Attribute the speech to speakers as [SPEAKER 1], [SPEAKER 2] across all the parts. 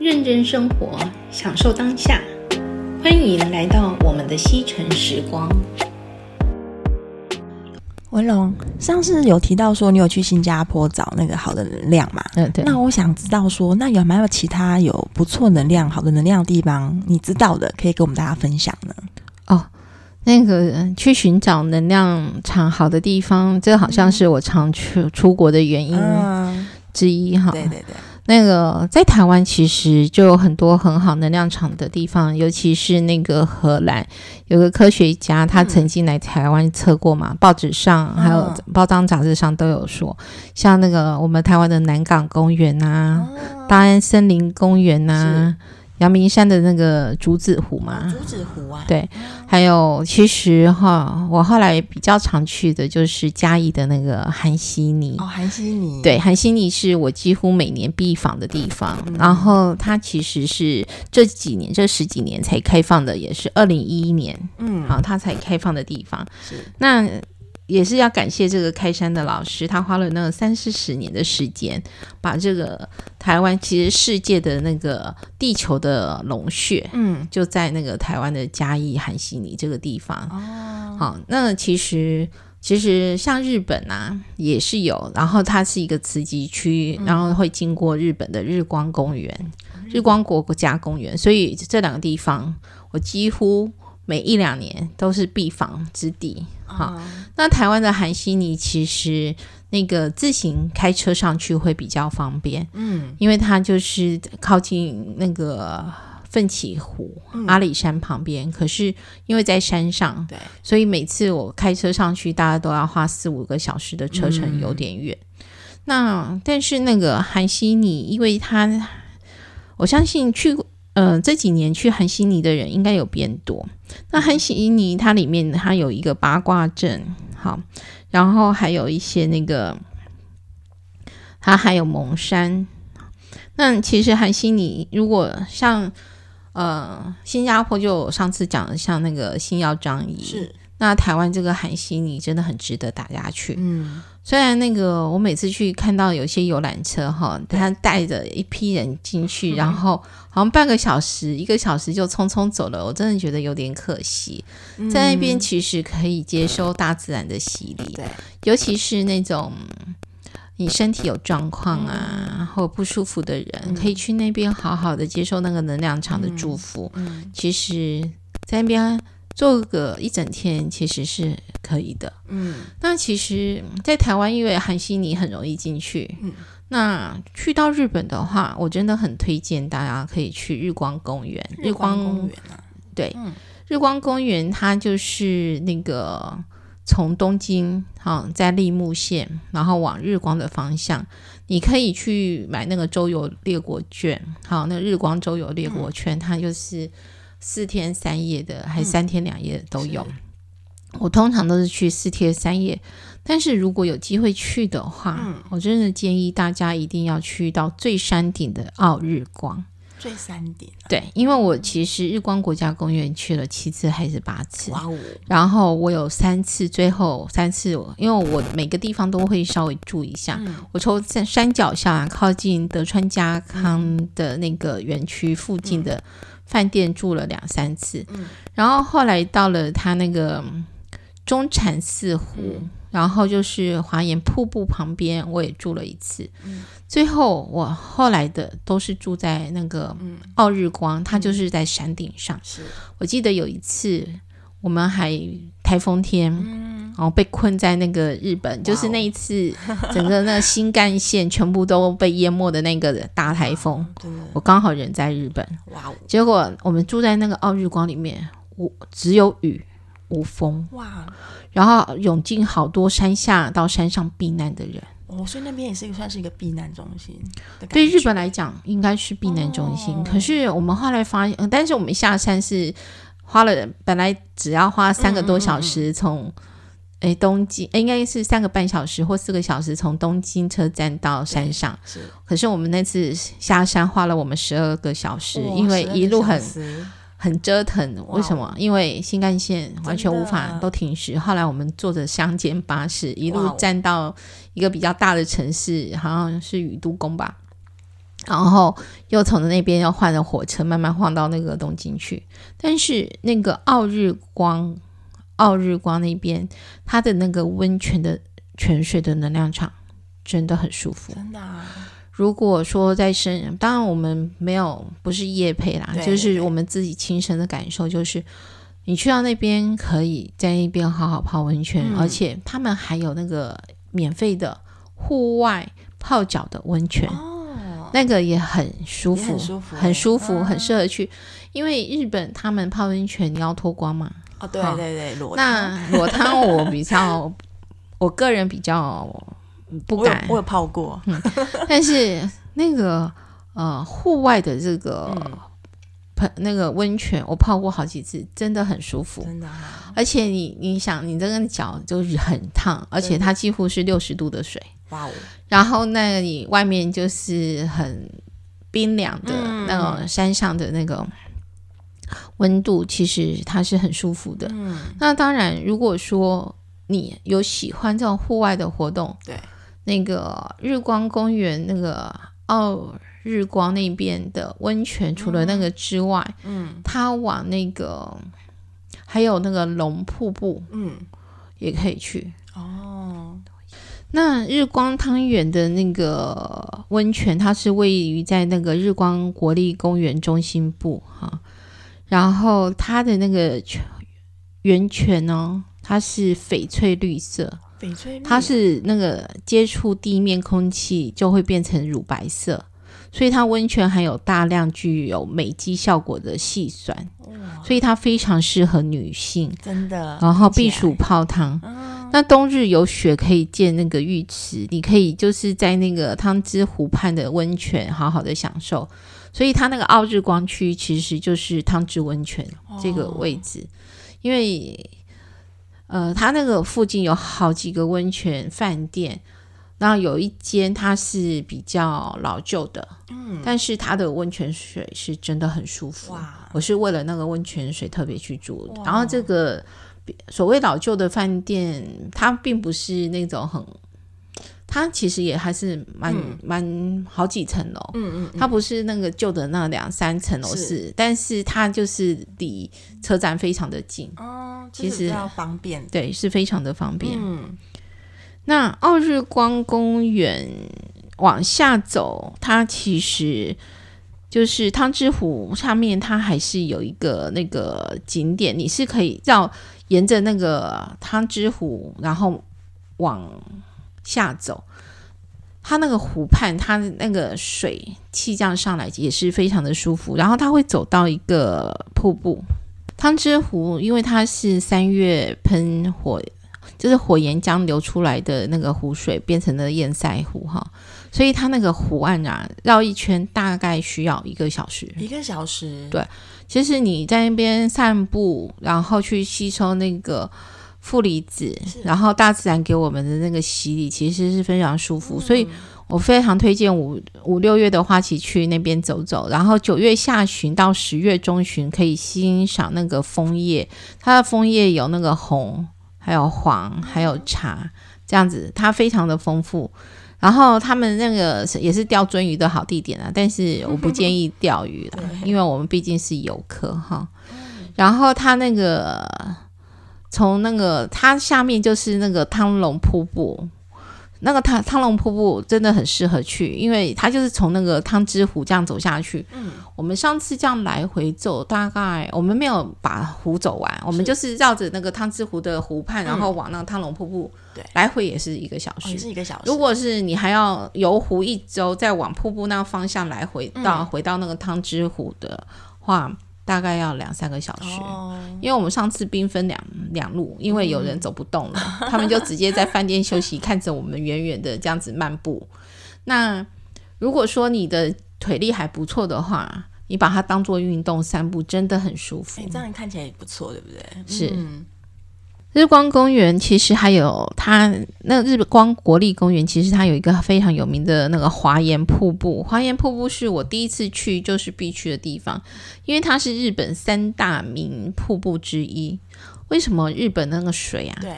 [SPEAKER 1] 认真生活，享受当下。欢迎来到我们的西城时光。
[SPEAKER 2] 文龙，上次有提到说你有去新加坡找那个好的能量嘛？
[SPEAKER 3] 嗯，对。
[SPEAKER 2] 那我想知道说，那有没有其他有不错能量、好的能量的地方，你知道的，可以跟我们大家分享呢？
[SPEAKER 3] 哦，那个嗯去寻找能量场好的地方，这好像是我常去出国的原因
[SPEAKER 2] 嗯，
[SPEAKER 3] 之一哈。
[SPEAKER 2] 对对对，
[SPEAKER 3] 那个在台湾其实就有很多很好能量场的地方，尤其是那个荷兰有个科学家，他曾经来台湾测过嘛，报纸上还有
[SPEAKER 2] 嗯
[SPEAKER 3] 报章杂志上都有说，像那个我们台湾的南港公园啊、大安森林公园啊、阳明山的那个竹子湖嘛，
[SPEAKER 2] 竹子湖啊，
[SPEAKER 3] 对，还有其实哈，我后来比较常去的就是嘉义的那个韩西尼。
[SPEAKER 2] 哦，韩西尼，，
[SPEAKER 3] 对，韩西尼是我几乎每年必访的地方。然后它其实是这几年、这十几年才开放的，也是二零一一年，
[SPEAKER 2] 嗯，
[SPEAKER 3] 好，它才开放的地方。
[SPEAKER 2] 是，
[SPEAKER 3] 那也是要感谢这个开山的老师，他花了那三四十年的时间，把这个台湾其实世界的那个地球的龙穴，
[SPEAKER 2] 嗯，
[SPEAKER 3] 就在那个台湾的嘉义韩西尼这个地方。
[SPEAKER 2] 哦，
[SPEAKER 3] 好，那其实其实像日本啊
[SPEAKER 2] 嗯
[SPEAKER 3] 也是有，然后它是一个磁极区，然后会经过日本的日光公园、日光国家公园，所以这两个地方我几乎每一两年都是必访之地。好，那台湾的韩西尼其实那个自行开车上去会比较方便，
[SPEAKER 2] 嗯，
[SPEAKER 3] 因为它就是靠近那个奋起湖、阿里山旁边，可是因为在山上，
[SPEAKER 2] 嗯对，
[SPEAKER 3] 所以每次我开车上去，大家都要花四五个小时的车程，
[SPEAKER 2] 嗯
[SPEAKER 3] 有点远。那但是那个韩西尼，因为他，我相信去过呃这几年去韩西尼的人应该有变多。那
[SPEAKER 2] 嗯
[SPEAKER 3] 韩西尼它里面它有一个八卦阵，好，然后还有一些那个，它还有蒙山。那其实韩西尼如果像呃新加坡就有上次讲的像那个星耀张仪，
[SPEAKER 2] 是，
[SPEAKER 3] 那台湾这个韩西尼真的很值得大家去。
[SPEAKER 2] 嗯，
[SPEAKER 3] 虽然那个我每次去看到有些游览车哈，他带着一批人进去，然后好像半个小时、一个小时就匆匆走了，我真的觉得有点可惜。
[SPEAKER 2] 嗯
[SPEAKER 3] 在那边其实可以接收大自然的洗礼，
[SPEAKER 2] 对，
[SPEAKER 3] 尤其是那种嗯你身体有状况
[SPEAKER 2] 嗯
[SPEAKER 3] 啊或不舒服的人，可以去那边好好的接受那个能量场的祝福。
[SPEAKER 2] 嗯
[SPEAKER 3] 其实，在那边做个一整天其实是可以的。
[SPEAKER 2] 嗯，
[SPEAKER 3] 那其实，在台湾因为韩西尼很容易进去，
[SPEAKER 2] 嗯
[SPEAKER 3] 那去到日本的话，我真的很推荐大家可以去日光公园。
[SPEAKER 2] 日光公园啊，
[SPEAKER 3] 对，日光公园它就是那个从东京啊，在立木县，然后往日光的方向，你可以去买那个周游列国券，好，那个日光周游列国券，它就是四天三夜的，还是三天两夜的都有。我通常都是去四天三夜，但是如果有机会去的话，我真的建议大家一定要去到最山顶的奥日光。
[SPEAKER 2] 最山顶啊，
[SPEAKER 3] 对，因为我其实日光国家公园去了七次还是八次，
[SPEAKER 2] 哇哦，
[SPEAKER 3] 然后我有三次，最后三次我，因为我每个地方都会稍微注意一下。我从山山脚下啊靠近德川家康的那个园区附近的饭店住了两三次，然后后来到了他那个嗯中禅寺湖，然后就是华岩瀑布旁边，我也住了一次。最后我后来的都是住在那个奥日光，它就是在山顶上。
[SPEAKER 2] 是，
[SPEAKER 3] 我记得有一次我们还台风天，然后被困在那个日本，就是那一次整个那个新干线全部都被淹没的那个大台风，
[SPEAKER 2] 对，
[SPEAKER 3] 我刚好人在日本，
[SPEAKER 2] 哇哦，
[SPEAKER 3] 结果我们住在那个奥日光里面，无只有雨无风，
[SPEAKER 2] 哇
[SPEAKER 3] 然后涌进好多山下到山上避难的人。
[SPEAKER 2] 哦，所以那边也是一个算是一个避难中心的感觉，哦
[SPEAKER 3] 对日本来讲，应该是避难中心。可是我们后来发现，呃但是我们下山是花了，本来只要花三个多小
[SPEAKER 2] 嗯
[SPEAKER 3] 时从，诶东京，诶应该是三个半小时或四个小时从东京车站到山上。
[SPEAKER 2] 是，
[SPEAKER 3] 可是我们那次下山花了我们十二个小时，
[SPEAKER 2] 哇
[SPEAKER 3] 因为一路很
[SPEAKER 2] 12个小时
[SPEAKER 3] 很折腾。
[SPEAKER 2] 哇哦
[SPEAKER 3] 为什么？因为新干线完全无
[SPEAKER 2] 真
[SPEAKER 3] 法
[SPEAKER 2] 的
[SPEAKER 3] 都停驶。后来我们坐着乡间巴士，一
[SPEAKER 2] 哇
[SPEAKER 3] 路
[SPEAKER 2] 哦
[SPEAKER 3] 站到一个比较大的城市，好像是宇都宫吧。然后又从那边又换了火车，慢慢晃到那个东京去。但是那个奥日光，奥日光那边它的那个温泉的泉水的能量场真的很舒服。
[SPEAKER 2] 真的、啊，
[SPEAKER 3] 如果说在深，当然我们没有不是业配啦，
[SPEAKER 2] 对
[SPEAKER 3] 就是我们自己亲身的感受，就是你去到那边可以在那边好好泡温泉，
[SPEAKER 2] 嗯
[SPEAKER 3] 而且他们还有那个免费的户外泡脚的温泉，
[SPEAKER 2] 哦，
[SPEAKER 3] 那个也很舒
[SPEAKER 2] 也
[SPEAKER 3] 服，
[SPEAKER 2] 很舒服
[SPEAKER 3] 很舒服
[SPEAKER 2] 嗯
[SPEAKER 3] 很适合去，因为日本他们泡温泉你要脱光嘛，
[SPEAKER 2] 哦，对
[SPEAKER 3] 好
[SPEAKER 2] 对对，裸汤
[SPEAKER 3] 那裸汤我比较，我个人比较不
[SPEAKER 2] 我有
[SPEAKER 3] 敢嗯
[SPEAKER 2] 我，有泡过，
[SPEAKER 3] 但是那个呃户外的这个
[SPEAKER 2] 嗯
[SPEAKER 3] 盆、那个温泉，我泡过好几次，真的很舒服。
[SPEAKER 2] 真的啊
[SPEAKER 3] 而且你你想，你这个脚就是很烫，而且它几乎
[SPEAKER 2] 嗯
[SPEAKER 3] 是六十度的水，
[SPEAKER 2] 哇哦，
[SPEAKER 3] 然后那里外面就是很冰凉的、
[SPEAKER 2] 嗯
[SPEAKER 3] 那种山上的那个温度，其实它是很舒服的。
[SPEAKER 2] 嗯，
[SPEAKER 3] 那当然，如果说你有喜欢这种户外的活动，
[SPEAKER 2] 对，
[SPEAKER 3] 那个日光公园那个奥日光那边的温泉，除了那个之外，
[SPEAKER 2] 嗯，
[SPEAKER 3] 它往那个还有那个龙瀑布
[SPEAKER 2] 嗯，
[SPEAKER 3] 也可以去。
[SPEAKER 2] 哦，
[SPEAKER 3] 那日光汤园的那个温泉，它是位于在那个日光国立公园中心部哈、然后它的那个泉源泉呢，它是翡翠绿色，
[SPEAKER 2] 翡翠绿
[SPEAKER 3] 它是那个接触地面空气就会变成乳白色，所以它温泉含有大量具有美肌效果的细酸，
[SPEAKER 2] 哇，
[SPEAKER 3] 所以它非常适合女性。
[SPEAKER 2] 真的，
[SPEAKER 3] 然后避
[SPEAKER 2] 听起来
[SPEAKER 3] 暑泡汤。那冬日有雪可以建那个浴池，你可以就是在那个汤之湖畔的温泉好好的享受。所以它那个奥日光区其实就是汤之温泉这个位置，因为呃，它那个附近有好几个温泉饭店。然后有一间它是比较老旧的，嗯，但是它的温泉水是真的很舒服，
[SPEAKER 2] 哇，
[SPEAKER 3] 我是为了那个温泉水特别去住的
[SPEAKER 2] 哇
[SPEAKER 3] 然后这个所谓老旧的饭店，它并不是那种很，它其实也还是蛮、
[SPEAKER 2] 嗯
[SPEAKER 3] 蛮好几层楼，
[SPEAKER 2] 嗯嗯，
[SPEAKER 3] 它不是那个旧的那两三层楼
[SPEAKER 2] 是
[SPEAKER 3] 是，但是它就是离车站非常的近，
[SPEAKER 2] 哦，
[SPEAKER 3] 其
[SPEAKER 2] 就是比
[SPEAKER 3] 实
[SPEAKER 2] 较方便，
[SPEAKER 3] 对，是非常的方便。
[SPEAKER 2] 嗯，
[SPEAKER 3] 那奥日光公园往下走，它其实就是汤之湖下面，它还是有一个那个景点，你是可以绕沿着那个汤之湖，然后往下走。它那个湖畔，它那个水气这样上来也是非常的舒服。然后它会走到一个瀑布，汤之湖，因为它是三月喷火就是火岩浆流出来的那个湖水变成了堰塞湖哈，所以它那个湖岸啊绕一圈大概需要一个小时。
[SPEAKER 2] 一个小时，
[SPEAKER 3] 对其实你在那边散步，然后去吸收那个负离子，然后大自然给我们的那个洗礼，其实是非常舒服。所以我非常推荐五五六月的花期去那边走走，然后九月下旬到十月中旬可以欣赏那个枫叶，它的枫叶有那个红，还有黄，还有茶，这样子它非常的丰富。然后他们那个是也是钓鳟鱼的好地点啊，但是我不建议钓鱼啦，因为我们毕竟是游客哈。然后它那个从那个它下面就是那个汤龙瀑布，那个汤汤龙瀑布真的很适合去，因为它就是从那个汤之湖这样走下去。嗯，我们上次这样来回走，大概我们没有把湖走完，我们就是绕着那个汤之湖的湖畔，然后往那个汤龙瀑布，
[SPEAKER 2] 对
[SPEAKER 3] 来回也是一个小
[SPEAKER 2] 哦，
[SPEAKER 3] 时
[SPEAKER 2] 也。是一个小时，
[SPEAKER 3] 如果是你还要游湖一周，再往瀑布那方向来回到、
[SPEAKER 2] 嗯
[SPEAKER 3] 回到那个汤之湖的话，大概要两三个小时。
[SPEAKER 2] 哦，
[SPEAKER 3] 因为我们上次兵分两两路，因为有人走不 动了，他们就直接在饭店休息，看着我们远远的这样子漫步。那如果说你的腿力还不错的话，你把它当做运动散步，真的很舒服
[SPEAKER 2] 哎，。这样看起来也不错，对不对？
[SPEAKER 3] 嗯是
[SPEAKER 2] 嗯
[SPEAKER 3] 日光公园其实还有它那日光国立公园，其实它有一个非常有名的那个华岩瀑布。华岩瀑布是我第一次去就是必去的地方，因为它是日本三大名瀑布之一。为什么日本那个水啊，
[SPEAKER 2] 对，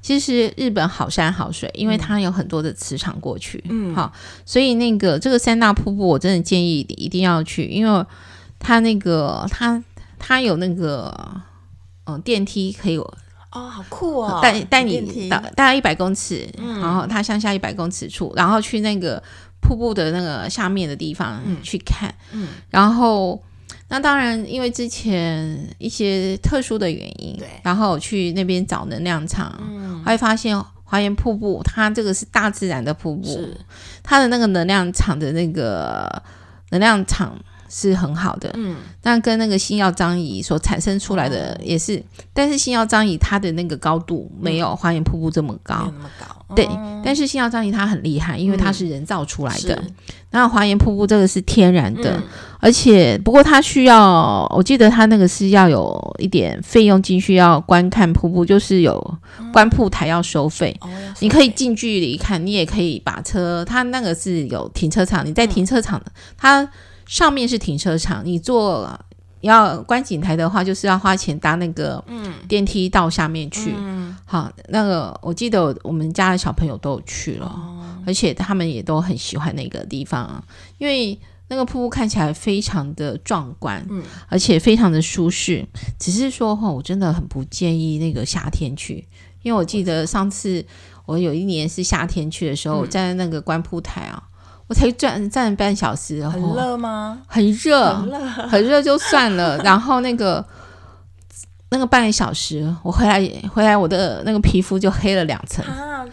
[SPEAKER 3] 其实日本好山好水，因为它有很多的磁场过去，
[SPEAKER 2] 嗯
[SPEAKER 3] 好，所以那个这个三大瀑布，我真的建议你一定要去，因为它那个它它有那个嗯、呃电梯可以
[SPEAKER 2] 哦，好酷哦，
[SPEAKER 3] 带带
[SPEAKER 2] 电梯嗯
[SPEAKER 3] 你到大概一百公尺，然后它向下一百公尺处，然后去那个瀑布的那个下面的地方去看，
[SPEAKER 2] 嗯
[SPEAKER 3] 然后那当然因为之前一些特殊的原因，
[SPEAKER 2] 对嗯
[SPEAKER 3] 然后我去那边找能量场，会发现华岩瀑布它这个是大自然的瀑布，
[SPEAKER 2] 是
[SPEAKER 3] 它的那个能量场的那个能量场。是很好的，
[SPEAKER 2] 嗯，
[SPEAKER 3] 但跟那个星耀张仪所产生出来
[SPEAKER 2] 哦
[SPEAKER 3] 的也是，但是星耀张仪它的那个高度没有花园瀑布这么
[SPEAKER 2] 没有
[SPEAKER 3] 高，
[SPEAKER 2] 那么高，
[SPEAKER 3] 对
[SPEAKER 2] 嗯，
[SPEAKER 3] 但是星耀张仪它很厉害，因为它
[SPEAKER 2] 嗯
[SPEAKER 3] 是人造出来的
[SPEAKER 2] 是，
[SPEAKER 3] 那华岩瀑布这个是天然的
[SPEAKER 2] 嗯，
[SPEAKER 3] 而且不过它需要，我记得它那个是要有一点费用进去，要观看瀑布，就是有
[SPEAKER 2] 嗯
[SPEAKER 3] 观瀑台要收费。
[SPEAKER 2] 哦，要
[SPEAKER 3] 你可以
[SPEAKER 2] 收费
[SPEAKER 3] 近距离看，你也可以把车，它那个是有停车场，你在停车场的，它上面是停车场，你坐要观景台的话，就是要花钱搭那个电梯到下面去。好，那个我记得我们家的小朋友都有去了，而且他们也都很喜欢那个地方啊，因为。那个瀑布看起来非常的壮观，
[SPEAKER 2] 嗯
[SPEAKER 3] 而且非常的舒适。只是说哈、我真的很不建议那个夏天去，因为我记得上次我有一年是夏天去的时
[SPEAKER 2] 嗯
[SPEAKER 3] 候，我站在那个观瀑台啊，我才站站了半小时，然
[SPEAKER 2] 很
[SPEAKER 3] 后
[SPEAKER 2] 热吗？
[SPEAKER 3] 很热，
[SPEAKER 2] 很热，
[SPEAKER 3] 很热就算 了，然后那个那个半个小时，我回来回来我的那个皮肤就黑了两层，
[SPEAKER 2] 啊，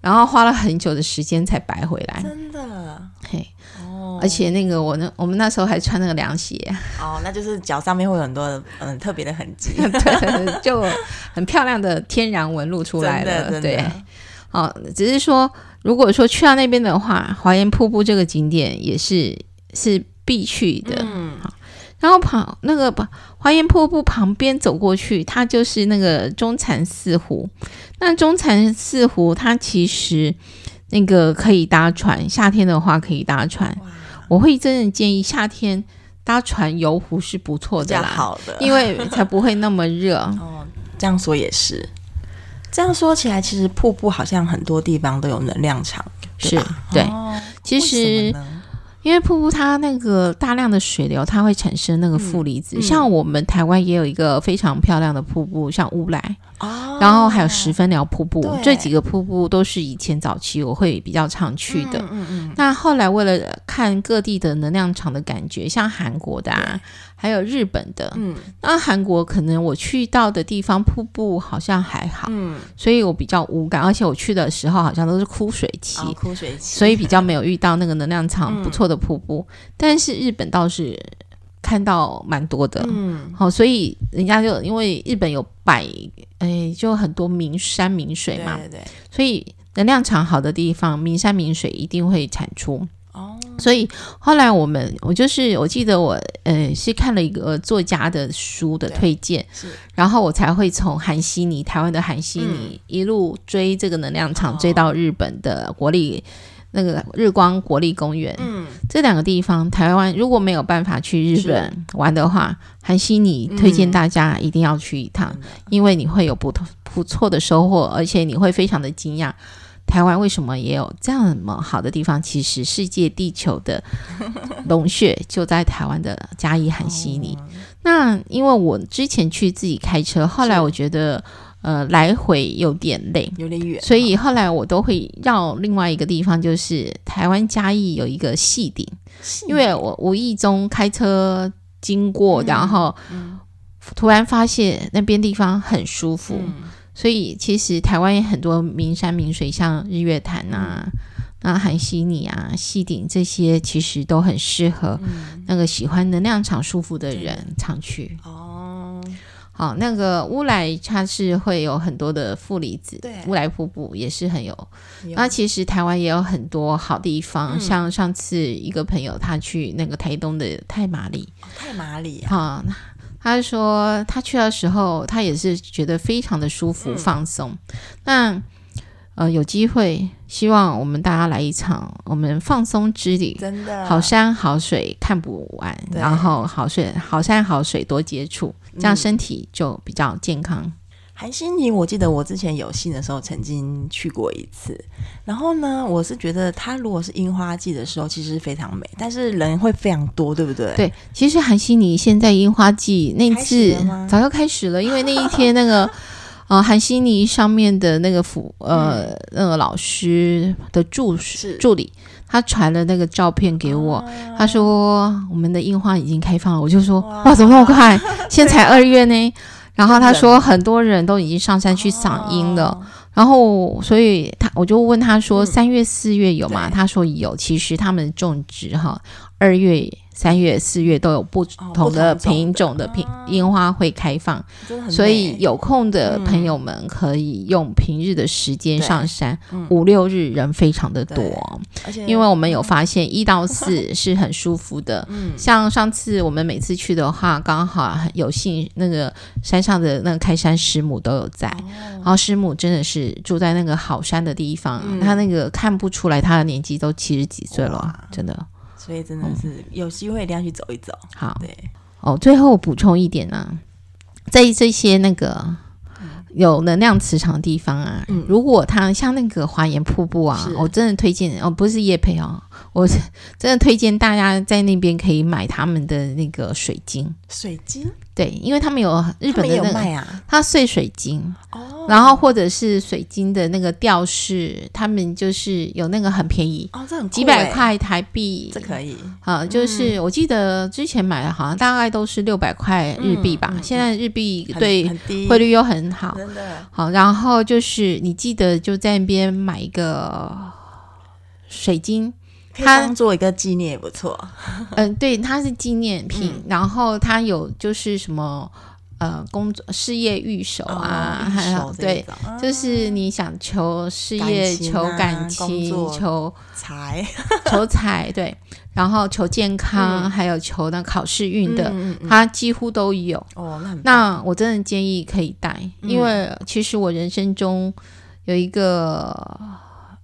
[SPEAKER 3] 然后花了很久的时间才白回来。
[SPEAKER 2] 真的
[SPEAKER 3] 嘿，
[SPEAKER 2] 哦
[SPEAKER 3] 而且那个我那我们那时候还穿那个凉鞋，啊
[SPEAKER 2] 哦，那就是脚上面会有很多的嗯特别的痕迹，
[SPEAKER 3] 对，就很漂亮的天然纹路出来
[SPEAKER 2] 真的
[SPEAKER 3] 了。
[SPEAKER 2] 真的
[SPEAKER 3] 对，哦，只是说，如果说去到那边的话，华岩瀑布这个景点也是是必去的。
[SPEAKER 2] 嗯，
[SPEAKER 3] 然后旁那个旁华岩瀑布旁边走过去，它就是那个中禅寺湖。那中禅寺湖它其实那个可以搭船，夏天的话可以搭船。
[SPEAKER 2] 哇，
[SPEAKER 3] 我会真的建议夏天搭船游湖是不错
[SPEAKER 2] 比
[SPEAKER 3] 的
[SPEAKER 2] 较
[SPEAKER 3] 啦，
[SPEAKER 2] 好的，
[SPEAKER 3] 因为才不会那么热。
[SPEAKER 2] 哦，这样说也是。这样说起来，其实瀑布好像很多地方都有能量场，
[SPEAKER 3] 是
[SPEAKER 2] 吧
[SPEAKER 3] 对
[SPEAKER 2] 哦
[SPEAKER 3] 其
[SPEAKER 2] 为
[SPEAKER 3] 实
[SPEAKER 2] 什么呢
[SPEAKER 3] 因为瀑布它那个大量的水流，它会产生那个负离子。
[SPEAKER 2] 嗯
[SPEAKER 3] 像我们台湾也有一个非常漂亮的瀑布，像乌来，
[SPEAKER 2] 哦，
[SPEAKER 3] 然后还有十分寮瀑布，
[SPEAKER 2] 对
[SPEAKER 3] 这几个瀑布都是以前早期我会比较常去的。
[SPEAKER 2] 嗯嗯嗯，
[SPEAKER 3] 那后来为了看各地的能量场的感觉，像韩国的啊，还有日本的，
[SPEAKER 2] 嗯，
[SPEAKER 3] 那韩国可能我去到的地方瀑布好像还好，嗯，所以我比较无感，而且我去的时候好像都是枯水期，
[SPEAKER 2] 哦枯水期，
[SPEAKER 3] 所以比较没有遇到那个能量
[SPEAKER 2] 嗯
[SPEAKER 3] 场不错的瀑布，但是日本倒是看到蛮多的，
[SPEAKER 2] 嗯，
[SPEAKER 3] 好、所以人家就因为日本有百，哎，就很多名山名水
[SPEAKER 2] 对
[SPEAKER 3] 嘛，
[SPEAKER 2] 对对，
[SPEAKER 3] 所以能量场好的地方，名山名水一定会产出。
[SPEAKER 2] 哦，
[SPEAKER 3] 所以后来我们，我就是我记得我，呃，是看了一个作家的书的
[SPEAKER 2] 对
[SPEAKER 3] 推荐，
[SPEAKER 2] 是
[SPEAKER 3] 然后我才会从韩西尼，台湾的韩西尼、一路追这个能量场，追到日本的国立那个日光国立公园。
[SPEAKER 2] 嗯，
[SPEAKER 3] 这两个地方，台湾如果没有办法去日本玩的话，韩西尼推荐大家一定要去一趟，因为你会有不同不错的收获，而且你会非常的惊讶。台湾为什么也有这么好的地方？其实世界地球的龙穴就在台湾的嘉义韩西
[SPEAKER 2] 哦
[SPEAKER 3] 尼。那因为我之前去自己开车，后来我觉得呃来回有点累，
[SPEAKER 2] 有点远，
[SPEAKER 3] 所以后来我都会绕另外一个地方，就是台湾嘉义有一个戏顶，
[SPEAKER 2] 嗯
[SPEAKER 3] 因为我无意中开车经过，然后突然发现那边地方很舒服，
[SPEAKER 2] 嗯
[SPEAKER 3] 所以其实台湾也很多名山名水，像日月潭啊。那韩西尼啊、戏顶这些其实都很适合那个喜欢能量场舒服的人常去。
[SPEAKER 2] 哦，
[SPEAKER 3] 好，那个乌来它是会有很多的负离子，
[SPEAKER 2] 对
[SPEAKER 3] 乌来瀑布也是很有。
[SPEAKER 2] 有嗯
[SPEAKER 3] 那其实台湾也有很多好地方，像上次一个朋友他去那个台东的太麻里，
[SPEAKER 2] 哦太麻里啊，
[SPEAKER 3] 哈、那他说他去的时候，他也是觉得非常的舒
[SPEAKER 2] 嗯
[SPEAKER 3] 服、放松。那呃，有机会，希望我们大家来一场我们放松之旅，
[SPEAKER 2] 真的
[SPEAKER 3] 好山好水看不完，
[SPEAKER 2] 嗯对嗯
[SPEAKER 3] 然后好水好山好水多接触，这样身体就比较健康。
[SPEAKER 2] 韩西尼，我记得我之前有幸的时候曾经去过一次，然后呢，我是觉得它如果是樱花季的时候，其实非常美，但是人会非常多，对不对？，
[SPEAKER 3] 对，其实韩西尼现在樱花季那
[SPEAKER 2] 开始
[SPEAKER 3] 次
[SPEAKER 2] 了吗
[SPEAKER 3] 早就开始了，因为那一天那 个呃韩西尼上面的那个辅呃那个老师的助
[SPEAKER 2] 嗯是啊
[SPEAKER 3] 助理，他传了那个照片给我，他说我们的樱花已经开放了，我就说哇怎么那么快？现在 才二月呢。然后他说很多人都已经上山去赏樱了，然后所以他我就问他说三月四月有吗？
[SPEAKER 2] 嗯对
[SPEAKER 3] 他说有，其实他们种植哈二月。三月、四月都有不
[SPEAKER 2] 哦
[SPEAKER 3] 同的
[SPEAKER 2] 不同种的
[SPEAKER 3] 品种的品樱花会开放，
[SPEAKER 2] 真的很美，
[SPEAKER 3] 所以有空的
[SPEAKER 2] 嗯
[SPEAKER 3] 朋友们可以用平日的时间
[SPEAKER 2] 对
[SPEAKER 3] 上山
[SPEAKER 2] 嗯，
[SPEAKER 3] 五六日人非常的
[SPEAKER 2] 对
[SPEAKER 3] 多，
[SPEAKER 2] 而且
[SPEAKER 3] 因为我们有发现一到 四是很舒服的。
[SPEAKER 2] 嗯
[SPEAKER 3] 像上次我们每次去的话，刚好有幸那个山上的那个开山师母都有在，
[SPEAKER 2] 哦
[SPEAKER 3] 然后师母真的是住在那个好山的地方，
[SPEAKER 2] 嗯
[SPEAKER 3] 她那个看不出来她的年纪都七十几岁了
[SPEAKER 2] 哇，
[SPEAKER 3] 真的
[SPEAKER 2] 所以真的是
[SPEAKER 3] 嗯
[SPEAKER 2] 有机会一定要去走一走，
[SPEAKER 3] 好
[SPEAKER 2] 对，
[SPEAKER 3] 哦。最后补充一点呢、啊，在这些那个。有能量磁场的地方啊，
[SPEAKER 2] 嗯
[SPEAKER 3] 如果它像那个华岩瀑布啊
[SPEAKER 2] 是，
[SPEAKER 3] 我真的推荐哦，不是叶配哦，我 真的推荐大家在那边可以买他们的那个水晶，
[SPEAKER 2] 水晶
[SPEAKER 3] 对，因为他们有日
[SPEAKER 2] 他
[SPEAKER 3] 本的
[SPEAKER 2] 们也有
[SPEAKER 3] 那个
[SPEAKER 2] 卖啊，
[SPEAKER 3] 它碎水晶，
[SPEAKER 2] 哦
[SPEAKER 3] 然后或者是水晶的那个吊饰，他们就是有那个很便宜，
[SPEAKER 2] 哦，这很酷
[SPEAKER 3] 几百
[SPEAKER 2] 欸，
[SPEAKER 3] 块台币
[SPEAKER 2] 这。可以，
[SPEAKER 3] 啊、就是我记得之前买的，好像大概都是六百块日币吧。
[SPEAKER 2] 嗯嗯嗯
[SPEAKER 3] 现在日币
[SPEAKER 2] 很
[SPEAKER 3] 对
[SPEAKER 2] 很低
[SPEAKER 3] 汇率又很好，
[SPEAKER 2] 真的
[SPEAKER 3] 好，然后就是你记得就在那边买一个水晶，
[SPEAKER 2] 可以
[SPEAKER 3] 它
[SPEAKER 2] 当做一个纪念也不错，
[SPEAKER 3] 嗯，对，它是纪念品，
[SPEAKER 2] 嗯
[SPEAKER 3] 然后它有就是什么呃工作事业御守啊，
[SPEAKER 2] 哦
[SPEAKER 3] 还
[SPEAKER 2] 一
[SPEAKER 3] 有
[SPEAKER 2] 手这
[SPEAKER 3] 对
[SPEAKER 2] 一，种啊
[SPEAKER 3] 就是你想求事
[SPEAKER 2] 感
[SPEAKER 3] 业、
[SPEAKER 2] 情
[SPEAKER 3] 求
[SPEAKER 2] 啊
[SPEAKER 3] 感
[SPEAKER 2] 工
[SPEAKER 3] 情、
[SPEAKER 2] 作
[SPEAKER 3] 求
[SPEAKER 2] 财
[SPEAKER 3] 求财，对，然后求健康，还有求那考试运的，
[SPEAKER 2] 嗯嗯嗯
[SPEAKER 3] 它几乎都有。
[SPEAKER 2] 哦，那很棒
[SPEAKER 3] 那我真的建议可以带，
[SPEAKER 2] 嗯
[SPEAKER 3] 因为其实我人生中有一个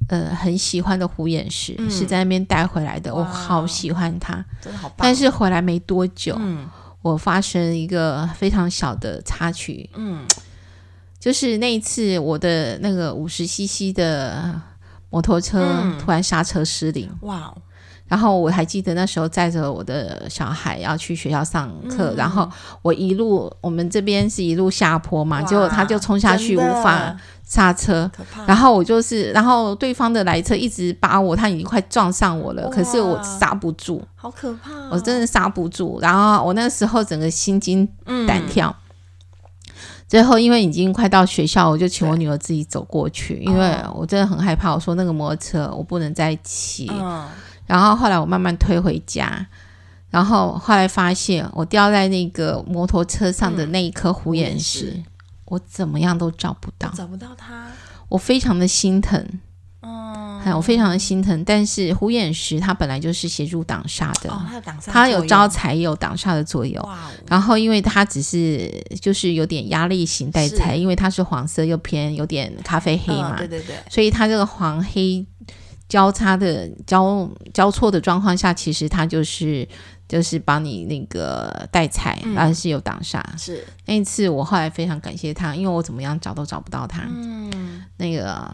[SPEAKER 3] 呃很喜欢的虎眼石，
[SPEAKER 2] 嗯
[SPEAKER 3] 是在那边带回来的，我
[SPEAKER 2] 哇
[SPEAKER 3] 好喜欢它。
[SPEAKER 2] 真的好棒，
[SPEAKER 3] 但是回来没多久，
[SPEAKER 2] 嗯
[SPEAKER 3] 我发生一个非常小的插曲，
[SPEAKER 2] 嗯
[SPEAKER 3] 就是那一次我的那个五十 CC 的摩托车
[SPEAKER 2] 嗯
[SPEAKER 3] 突然刹车失灵，
[SPEAKER 2] 哇哦，
[SPEAKER 3] 然后我还记得那时候载着我的小孩要去学校上课，
[SPEAKER 2] 嗯
[SPEAKER 3] 然后我一路我们这边是一路下坡嘛，
[SPEAKER 2] 哇
[SPEAKER 3] 结果他就冲下去无
[SPEAKER 2] 真的啊
[SPEAKER 3] 法刹车。
[SPEAKER 2] 可怕，
[SPEAKER 3] 然后我就是，然后对方的来车一直扒我，他已经快撞上我了，
[SPEAKER 2] 哇
[SPEAKER 3] 可是我刹不住，
[SPEAKER 2] 好可怕哦，
[SPEAKER 3] 我真的刹不住。然后我那时候整个心惊
[SPEAKER 2] 嗯
[SPEAKER 3] 胆跳。最后，因为已经快到学校，我就请我女儿自己走过去，因为
[SPEAKER 2] 哦
[SPEAKER 3] 我真的很害怕。我说那个摩托车我不能再骑，
[SPEAKER 2] 嗯，
[SPEAKER 3] 然后后来我慢慢推回家，然后后来发现我掉在那个摩托车上的那一颗虎眼石，
[SPEAKER 2] 虎眼
[SPEAKER 3] 我怎么样都找不到，
[SPEAKER 2] 找不到他，
[SPEAKER 3] 我非常的心疼，
[SPEAKER 2] 嗯，
[SPEAKER 3] 哎，我非常的心疼。但是虎眼石它本来就是协助挡煞的，
[SPEAKER 2] 哦，他有挡煞，
[SPEAKER 3] 它嗯有招，财也有挡煞的作用。
[SPEAKER 2] 哇哦，
[SPEAKER 3] 然后，因为它只是就是有点压力型带财，
[SPEAKER 2] 是
[SPEAKER 3] 因为它是黄色又偏有点咖啡黑嘛，
[SPEAKER 2] 嗯对对对，
[SPEAKER 3] 所以它这个黄黑交叉的交交错的状况下，其实它就是就是帮你那个带财，
[SPEAKER 2] 嗯
[SPEAKER 3] 然后是有挡煞。
[SPEAKER 2] 是，
[SPEAKER 3] 那一次我后来非常感谢他，因为我怎么样找都找不到他。
[SPEAKER 2] 嗯，
[SPEAKER 3] 那个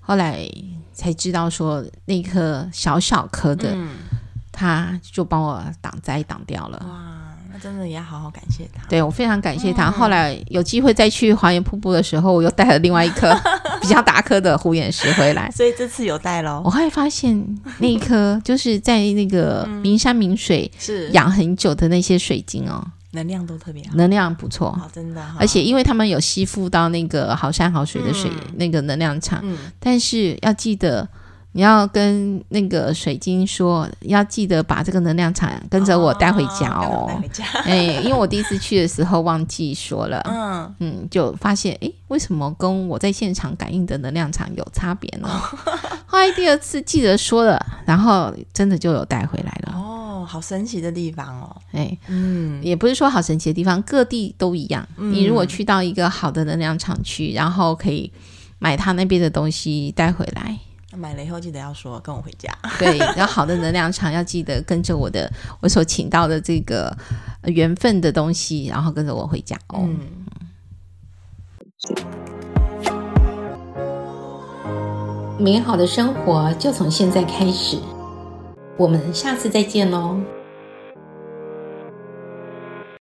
[SPEAKER 3] 后来才知道说那颗小小颗的，
[SPEAKER 2] 嗯
[SPEAKER 3] 他就帮我挡灾挡掉了。
[SPEAKER 2] 哇，嗯那真的也要好好感谢他，
[SPEAKER 3] 对我非常感谢他。后来有机会再去华岩瀑布的时候，我又带了另外一颗 比较大颗的虎眼石回来。
[SPEAKER 2] 所以这次有带喽
[SPEAKER 3] 我，后来发现那一颗就是在那个
[SPEAKER 2] 嗯
[SPEAKER 3] 名山名水
[SPEAKER 2] 是
[SPEAKER 3] 养很久的那些水晶哦，
[SPEAKER 2] 能量都特别好，
[SPEAKER 3] 能量不错。
[SPEAKER 2] 好，真的哈，
[SPEAKER 3] 嗯而且因为他们有吸附到那个好山好水的水、
[SPEAKER 2] 嗯
[SPEAKER 3] 那个能量场，
[SPEAKER 2] 嗯，
[SPEAKER 3] 但是要记得你要跟那个水晶说，要记得把这个能量场跟着我带回家
[SPEAKER 2] 跟着我带
[SPEAKER 3] 哦
[SPEAKER 2] 回。家，
[SPEAKER 3] 哎，因为我第一次去的时候忘记说了，
[SPEAKER 2] 嗯，
[SPEAKER 3] 嗯，就发现诶，为什么跟我在现场感应的能量场有差别 呢？后来第二次记得说了，然后真的就有带回来了。
[SPEAKER 2] 哦，好神奇的地方哦，
[SPEAKER 3] 诶，
[SPEAKER 2] 嗯，
[SPEAKER 3] 也不是说好神奇的地方，各地都一样。你如果去到一个好的能量场去，然后可以买他那边的东西带回来。
[SPEAKER 2] 买了以后记得要说跟我回家，
[SPEAKER 3] 对，然后好的能量场要记得跟着我的我所请到的这个呃缘分的东西，然后跟着我回家哦。
[SPEAKER 2] 嗯。
[SPEAKER 3] 美好的生活就从现在开始。我们下次再见喽。